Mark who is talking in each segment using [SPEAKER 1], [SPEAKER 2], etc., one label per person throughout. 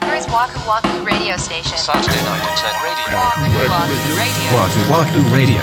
[SPEAKER 1] Waku Waku Radio Station.
[SPEAKER 2] Saturday night at 10 radio.
[SPEAKER 1] Waku Waku Radio.
[SPEAKER 3] Wahoo Wahoo Radio.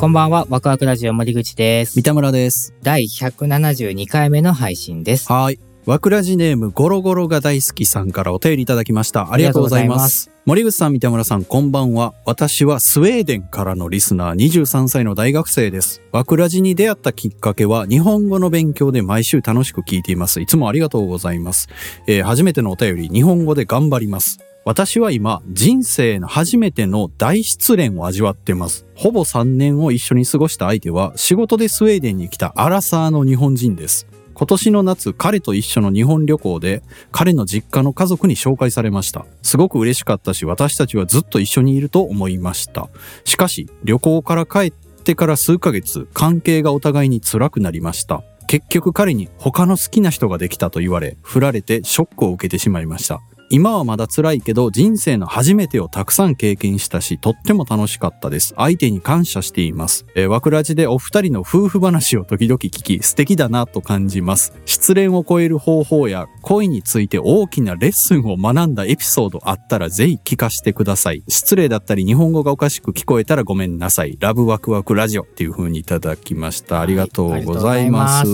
[SPEAKER 4] こんばんは、ワクワクラジオ森口です
[SPEAKER 5] 三。田村です。
[SPEAKER 4] 第172回目の配信です。
[SPEAKER 5] はーい。わくらじネームゴロゴロが大好きさんからお便りいただきました。ありがとうございます。森口さん、三田村さん、こんばんは。私はスウェーデンからのリスナー23歳の大学生です。わくらじに出会ったきっかけは日本語の勉強で毎週楽しく聞いています。いつもありがとうございます。えー初めてのお便り、日本語で頑張ります。私は今、人生の初めての大失恋を味わってます。ほぼ3年を一緒に過ごした相手は、仕事でスウェーデンに来たアラサーの日本人です。今年の夏、彼と一緒の日本旅行で、彼の実家の家族に紹介されました。すごく嬉しかったし、私たちはずっと一緒にいると思いました。しかし、旅行から帰ってから数ヶ月、関係がお互いに辛くなりました。結局彼に他の好きな人ができたと言われ、振られてショックを受けてしまいました。今はまだ辛いけど人生の初めてをたくさん経験したし、とっても楽しかったです。相手に感謝しています。えー、わくらじでお二人の夫婦話を時々聞き、素敵だなと感じます。失恋を超える方法や恋について大きなレッスンを学んだエピソードあったらぜひ聞かせてください。失礼だったり日本語がおかしく聞こえたらごめんなさい。ラブワクワクラジオっていう風にいただきました。ありがとうございます。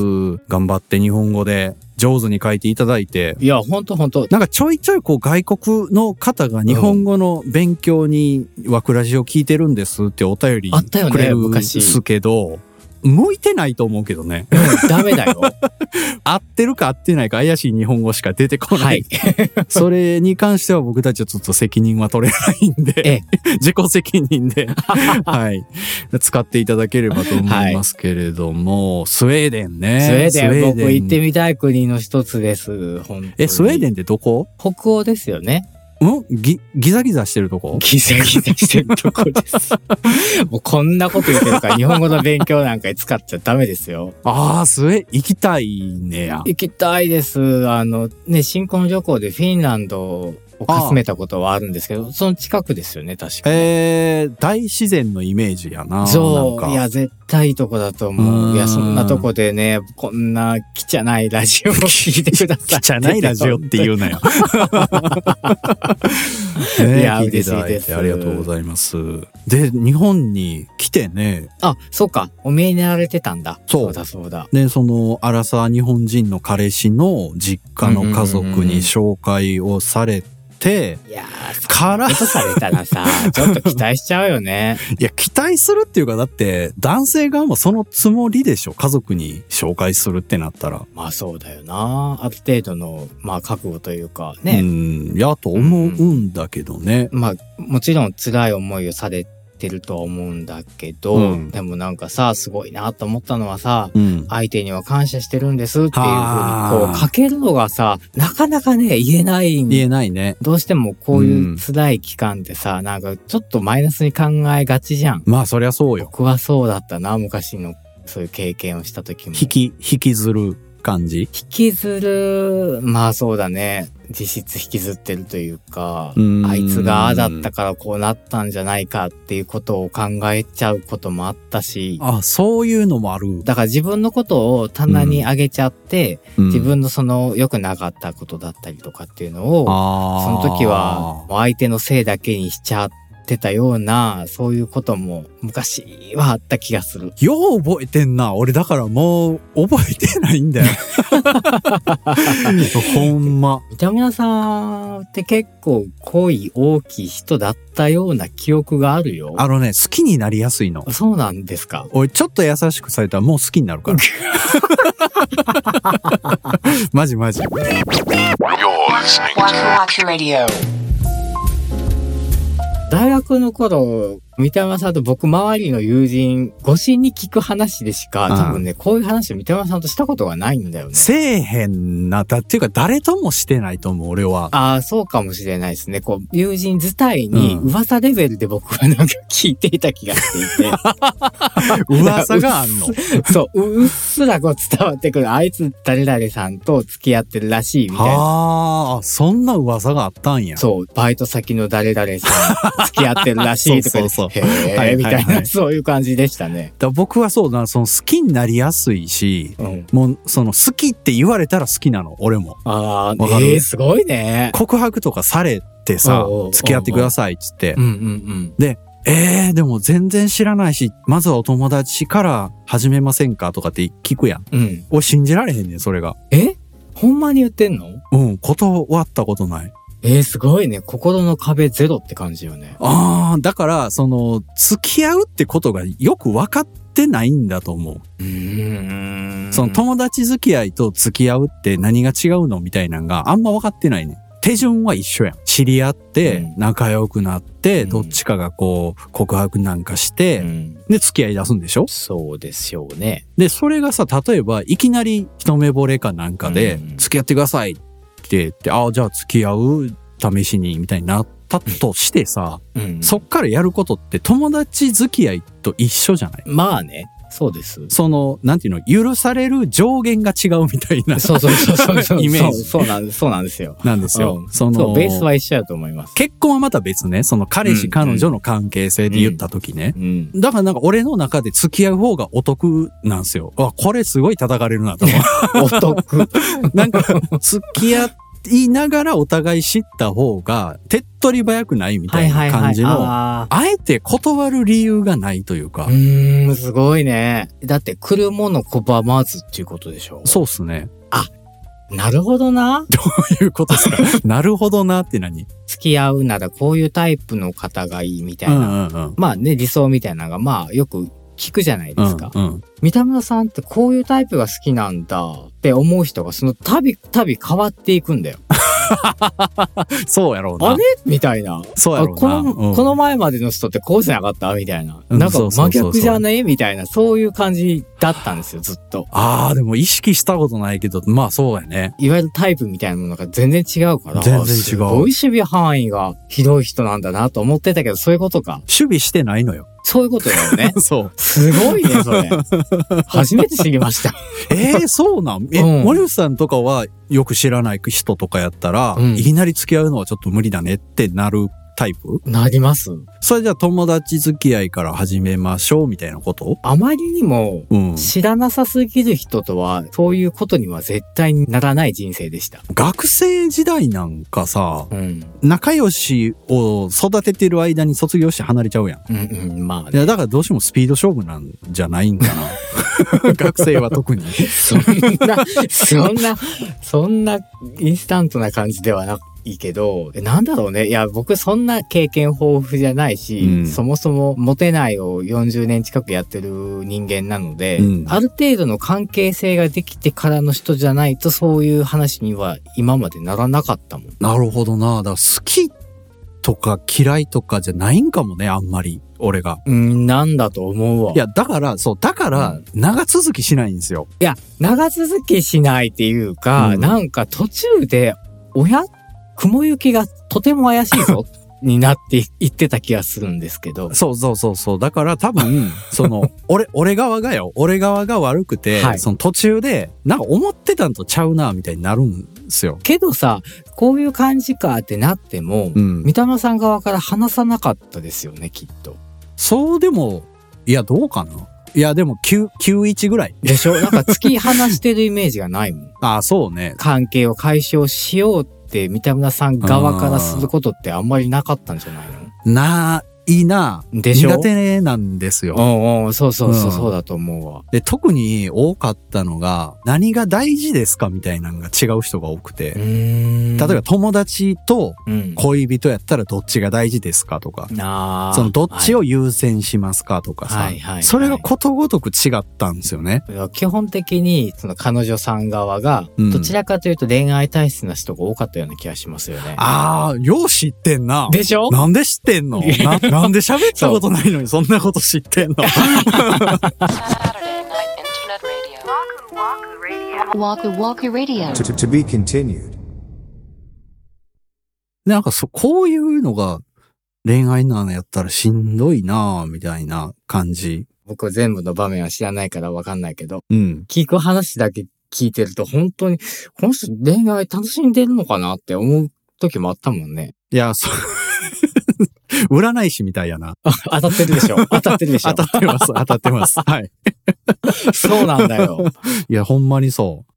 [SPEAKER 5] 頑張って日本語で上手に書いていただいて、
[SPEAKER 4] いや、ほんとほんと。
[SPEAKER 5] なんかちょいちょいこう外国の方が日本語の勉強にわくラジを聞いてるんですってお便り
[SPEAKER 4] あったよね
[SPEAKER 5] くれるんで
[SPEAKER 4] 昔
[SPEAKER 5] すけど、向いてないと思うけどね。
[SPEAKER 4] ダメだよ。
[SPEAKER 5] 合ってるか合ってないか怪しい日本語しか出てこない。
[SPEAKER 4] はい。
[SPEAKER 5] それに関しては僕たちはちょっと責任は取れないんで、
[SPEAKER 4] ええ
[SPEAKER 5] 自己責任 で、はい、使っていただければと思いますけれども、スウェーデン ね。
[SPEAKER 4] スウェーデン、僕行って
[SPEAKER 5] み
[SPEAKER 4] みたい国の一つです。本当に
[SPEAKER 5] え、スウェーデンってどこ
[SPEAKER 4] 北欧ですよね。
[SPEAKER 5] うんギギザギザしてるとこ
[SPEAKER 4] ギザギザしてるとこ です。もうこんなこと言ってるから、日本語の勉強なんかに使っちゃダメですよ。
[SPEAKER 5] ああ、スウェ、行きたいねや。
[SPEAKER 4] 行きたいです。あの、ね、新婚旅行でフィンランドをかすめたことはあるんですけど、その近くですよね、確か。
[SPEAKER 5] えー、大自然のイメージやな。
[SPEAKER 4] そ
[SPEAKER 5] な
[SPEAKER 4] う。
[SPEAKER 5] ん
[SPEAKER 4] い
[SPEAKER 5] か
[SPEAKER 4] や、絶対いいとこだと思
[SPEAKER 5] う
[SPEAKER 4] う。
[SPEAKER 5] ーん
[SPEAKER 4] いや、そんなとこでね、こんな汚いラ ジオを聞いてください。
[SPEAKER 5] じゃないラジオって言う なよ。
[SPEAKER 4] いや
[SPEAKER 5] 聞てただ
[SPEAKER 4] 嬉しいです
[SPEAKER 5] ありがとうございます。で、日本に来てね、
[SPEAKER 4] あ、そうか。お見えになられてたんだ。
[SPEAKER 5] そう
[SPEAKER 4] そうだ、そうだ。
[SPEAKER 5] で、その、アラサー日本人の彼氏の実家の家族に紹介をされて、
[SPEAKER 4] いやー、
[SPEAKER 5] から
[SPEAKER 4] そんなことされたらさ、ちょっと期待しちゃうよね。
[SPEAKER 5] いや、期待するっていうか、だって、男性側もそのつもりでしょ。家族に紹介するってなったら。
[SPEAKER 4] まあそうだよな。ある程度の、まあ覚悟というか
[SPEAKER 5] う
[SPEAKER 4] ね。
[SPEAKER 5] ん、やと思うんだけどね。
[SPEAKER 4] まあもちろん辛い思いをされてるとは思うんだけど、
[SPEAKER 5] うん
[SPEAKER 4] でもなんかさ、すごいなと思ったのはさ、
[SPEAKER 5] うん。
[SPEAKER 4] 相手には感謝してるんですっていうふうにこ
[SPEAKER 5] あー
[SPEAKER 4] うかけるのがさ、なかなかね、言えないん
[SPEAKER 5] 言えないね。
[SPEAKER 4] どうしてもこういううん辛い期間ってさ、なんかちょっとマイナスに考えがちじゃん。
[SPEAKER 5] まあ、そりゃそうよ。
[SPEAKER 4] 僕はそうだったな、昔のそういう経験をした時も。
[SPEAKER 5] 引き、引きずる感じ。
[SPEAKER 4] 引きずる、まあそうだね。実質引きずってるというか
[SPEAKER 5] う、ーん
[SPEAKER 4] あいつがああだったからこうなったんじゃないかっていうことを考えちゃうこともあったし、
[SPEAKER 5] あ、そういうのもある。
[SPEAKER 4] だから自分のことを棚に上げちゃって、自分のその良くなかったことだったりとかっていうのを、
[SPEAKER 5] あ
[SPEAKER 4] その時はもう相手のせいだけにしちゃってたような、そういうことも昔はあった気がする。
[SPEAKER 5] ー。よう覚えてんな。俺だからもう覚えてない んだよ。ほんま。
[SPEAKER 4] 三田村さんって結構恋大きい人だったような記憶があるよ。
[SPEAKER 5] あのね、好きになりやすいの。
[SPEAKER 4] そうなんですか。
[SPEAKER 5] 俺ちょっと優しくされたらもう好きになる から。マジマジ。
[SPEAKER 2] You're listening
[SPEAKER 1] Waku
[SPEAKER 2] to
[SPEAKER 1] Waku Radio.
[SPEAKER 4] 大学の頃、三田村さんと僕周りの友人越しに聞く話でしか、
[SPEAKER 5] うん
[SPEAKER 4] 多分ね、こういう話を三田村さんとしたことがないんだよね。
[SPEAKER 5] せえへんな。だっていうか誰ともしてないと思う、俺は。
[SPEAKER 4] ああ、そうかもしれないですね。こう、友人自体に
[SPEAKER 5] うん
[SPEAKER 4] 噂レベルで僕はなんか聞いていた気がしていて。
[SPEAKER 5] 噂があんの。
[SPEAKER 4] そう、ううっすらこう伝わってくる。あいつ誰々さんと付き合ってるらしいみたいな。
[SPEAKER 5] はあ、そんな噂があったんや。
[SPEAKER 4] そう、バイト先の誰々さん付き合ってるらしいとか
[SPEAKER 5] そうそ
[SPEAKER 4] で
[SPEAKER 5] うそうど。
[SPEAKER 4] へえ、
[SPEAKER 5] はい
[SPEAKER 4] みたいな、
[SPEAKER 5] はいはい
[SPEAKER 4] そういう感じでしたね。
[SPEAKER 5] だから僕はそうだな、その好きになりやすいし、
[SPEAKER 4] うん。
[SPEAKER 5] もうその好きって言われたら好きなの、俺も。
[SPEAKER 4] ああ、
[SPEAKER 5] わかる
[SPEAKER 4] えー、すごいね。
[SPEAKER 5] 告白とかされてさ
[SPEAKER 4] おうおう、
[SPEAKER 5] 付き合ってくださいっつって
[SPEAKER 4] う。んうんうん。
[SPEAKER 5] えー、でも全然知らないし、まずはお友達から始めませんかとかって聞くやん。
[SPEAKER 4] うん。
[SPEAKER 5] 俺信じられへんねん、それが。
[SPEAKER 4] えほんまに言ってんの
[SPEAKER 5] うん、断ったことない。
[SPEAKER 4] えー、すごいね。心の壁ゼロって感じよね。
[SPEAKER 5] あー、だから、その、付き合うってことがよく分かってないんだと思う。
[SPEAKER 4] うーん
[SPEAKER 5] その友達付き合いと付き合うって何が違うのみたいなのがあんま分かってないねん。手順は一緒やん。知り合って
[SPEAKER 4] うん、
[SPEAKER 5] 仲良くなって、
[SPEAKER 4] うん
[SPEAKER 5] どっちかがこう、告白なんかし
[SPEAKER 4] う
[SPEAKER 5] て、
[SPEAKER 4] ん
[SPEAKER 5] で、付き合い出すんでしょ
[SPEAKER 4] そうでしょうね。
[SPEAKER 5] で、それがさ、例えば、いきなり一目惚れかなんかで
[SPEAKER 4] うん、
[SPEAKER 5] 付き合ってくださいって言って、ああ、じゃあ付き合う、試しに、みたいになったとしてさ、
[SPEAKER 4] うん
[SPEAKER 5] そっからやることって友達付き合いと一緒じゃない
[SPEAKER 4] まあね。そうです。
[SPEAKER 5] その、なんていうの、許される上限が違うみたいな、
[SPEAKER 4] そうそうそうそう そう。
[SPEAKER 5] イメージ
[SPEAKER 4] そうそうなんです。そうなんですよ。
[SPEAKER 5] なんですよ
[SPEAKER 4] う。ん
[SPEAKER 5] そ
[SPEAKER 4] そ
[SPEAKER 5] の、
[SPEAKER 4] う、ベースは一緒やと思います。
[SPEAKER 5] 結婚はまた別ね、その彼
[SPEAKER 4] う
[SPEAKER 5] 氏
[SPEAKER 4] ん
[SPEAKER 5] 彼女の関係性で言った時ね。
[SPEAKER 4] うん。
[SPEAKER 5] だからなんか俺の中で付き合う方がお得なんですよ。あ、これすごい叩かれるなと思って
[SPEAKER 4] お得。
[SPEAKER 5] なんか、 付き合いながらお互い知った方が、手っ取り早くないみたいな感じの、あ
[SPEAKER 4] あ
[SPEAKER 5] えて断る理由がないという
[SPEAKER 4] ー
[SPEAKER 5] か
[SPEAKER 4] う、ーん、すごいね。だって、来るもの拒まずっていうことでしょ
[SPEAKER 5] そうっすね。
[SPEAKER 4] う。なるほどな。
[SPEAKER 5] ということ ですか。なるほどなって何
[SPEAKER 4] 付き合うならこういうタイプの方がいいみた
[SPEAKER 5] う
[SPEAKER 4] いな。
[SPEAKER 5] んうんうん。
[SPEAKER 4] まあね、理想みたいなのが、まあよく聞くじゃないですか。
[SPEAKER 5] うんうん、
[SPEAKER 4] 三田村さんってこういうタイプが好きなんだって思う人がそのたびたび変わっていくんだよ。
[SPEAKER 5] そうやろうな。
[SPEAKER 4] あれみたいな。
[SPEAKER 5] そうや
[SPEAKER 4] あ
[SPEAKER 5] ろうな。
[SPEAKER 4] この、
[SPEAKER 5] うん
[SPEAKER 4] この前までの人ってこうじゃなかったみたいな。
[SPEAKER 5] うん
[SPEAKER 4] なんか
[SPEAKER 5] そうそ
[SPEAKER 4] 真
[SPEAKER 5] うそうそう
[SPEAKER 4] 逆じゃねみたいな、そういう感じだったんですよ、ずっと。
[SPEAKER 5] ああ、でも意識したことないけど、まあそうやね。
[SPEAKER 4] いわゆるタイプみたいなものが全然違うから。
[SPEAKER 5] 全然違う
[SPEAKER 4] すごい守備範囲が広い人なんだなと思ってたけど、そういうこ とか。
[SPEAKER 5] 守備してないのよ。。
[SPEAKER 4] そういうことだよね
[SPEAKER 5] そう。
[SPEAKER 4] すごいね、それ。初めて知りました。
[SPEAKER 5] ええそうなんえ、
[SPEAKER 4] うん
[SPEAKER 5] 森内さんとかはよく知らない人とかやったら、
[SPEAKER 4] うん
[SPEAKER 5] いきなり付き合うのはちょっと無理だねってなるタイプ
[SPEAKER 4] なります
[SPEAKER 5] それじゃあ友達付き合いから始めましょうみたいなこと
[SPEAKER 4] あまりにも
[SPEAKER 5] うん。
[SPEAKER 4] 知らなさすぎる人とは、そういうことには絶対にならない人生でした。
[SPEAKER 5] 学生時代なんかさ、
[SPEAKER 4] うん。
[SPEAKER 5] 仲良しを育ててる間に卒業して離れちゃうやん。
[SPEAKER 4] うんうん、まあ
[SPEAKER 5] い
[SPEAKER 4] ね。
[SPEAKER 5] や、だからどうしてもスピード勝負なんじゃないんか な。学生は特に。
[SPEAKER 4] そんな、そんな、そんなインスタントな感じではないけど、えなんだろうね。いや、僕そんな経験豊富じゃないし、
[SPEAKER 5] うん
[SPEAKER 4] そもそもモテないを40年近くやってる人間なので、
[SPEAKER 5] うん
[SPEAKER 4] ある程度の関係性ができてからの人じゃないと、そういう話には今までならなかったもん。
[SPEAKER 5] なるほどな。だから好きとか嫌いとかじゃないんかもね、あんまり。俺が。
[SPEAKER 4] うん、なんだと思うわ。
[SPEAKER 5] いや、だから、そう、だから、長続きしないんですよ。
[SPEAKER 4] いや、長続きしないっていうか、
[SPEAKER 5] うん
[SPEAKER 4] なんか途中で、おや雲行きがとても怪し いぞ、になっていってた気がするんですけど。
[SPEAKER 5] そうそうそうそう。だから多 分、その、俺、俺側がよ、俺側が悪くて、
[SPEAKER 4] はい
[SPEAKER 5] その途中で、なんか思ってたんとちゃうな、みたいになるんですよ。
[SPEAKER 4] けどさ、こういう感じかってなっても、
[SPEAKER 5] うん。
[SPEAKER 4] 三田村さん側から話さなかったですよね、きっと。
[SPEAKER 5] そうでも、いや、どうかな。いや、でも、9、91ぐらい。
[SPEAKER 4] でしょなんか突き放してるイメージがないもん。
[SPEAKER 5] ああ、そうね。
[SPEAKER 4] 関係を解消しようって三田村さん側からすることってあんまりなかったんじゃない
[SPEAKER 5] ないな。
[SPEAKER 4] のでしょ
[SPEAKER 5] 苦手なんです
[SPEAKER 4] う
[SPEAKER 5] よ。
[SPEAKER 4] んうん、そうそうそうう、
[SPEAKER 5] ん
[SPEAKER 4] そうだと思うわ。
[SPEAKER 5] で、特に多かったのが、何が大事ですかみたいなのが違う人が多くて。
[SPEAKER 4] 例
[SPEAKER 5] 例えば、友達と
[SPEAKER 4] うん、
[SPEAKER 5] 恋人やったらどっちが大事ですかとか、
[SPEAKER 4] あー
[SPEAKER 5] そのどっち
[SPEAKER 4] は
[SPEAKER 5] を優先しますかとかさ、
[SPEAKER 4] はいはいはい
[SPEAKER 5] それがことごとく違ったんですよね。
[SPEAKER 4] い基本的にその彼女さん側が
[SPEAKER 5] うん
[SPEAKER 4] どちらかというと恋愛体質な人が多かったような気がしますよね。
[SPEAKER 5] ああ、よう知ってんな。
[SPEAKER 4] でしょ
[SPEAKER 5] なんで知ってんのな なんで喋ったことないのにそんなこと知ってんの
[SPEAKER 1] Saturday Night Internet Radio. Waku Waku Radio.
[SPEAKER 3] to, to, to be continued.
[SPEAKER 5] なんかそ、こういうのが恋愛なのやったらしんどいなぁみたいな感じ。
[SPEAKER 4] 僕は全部の場面は知らないからわかんないけど、
[SPEAKER 5] うん。
[SPEAKER 4] 聞く話だけ聞いてると本当に、この人 恋愛楽しんでるのかなって思う時もあったもんね。
[SPEAKER 5] いや、そ、占い師みたいやな。
[SPEAKER 4] 当たってるでしょ 当たってるでしょ
[SPEAKER 5] 当たってます。当たってます。はい。
[SPEAKER 4] そうなんだよ。
[SPEAKER 5] いや、ほんまにそう。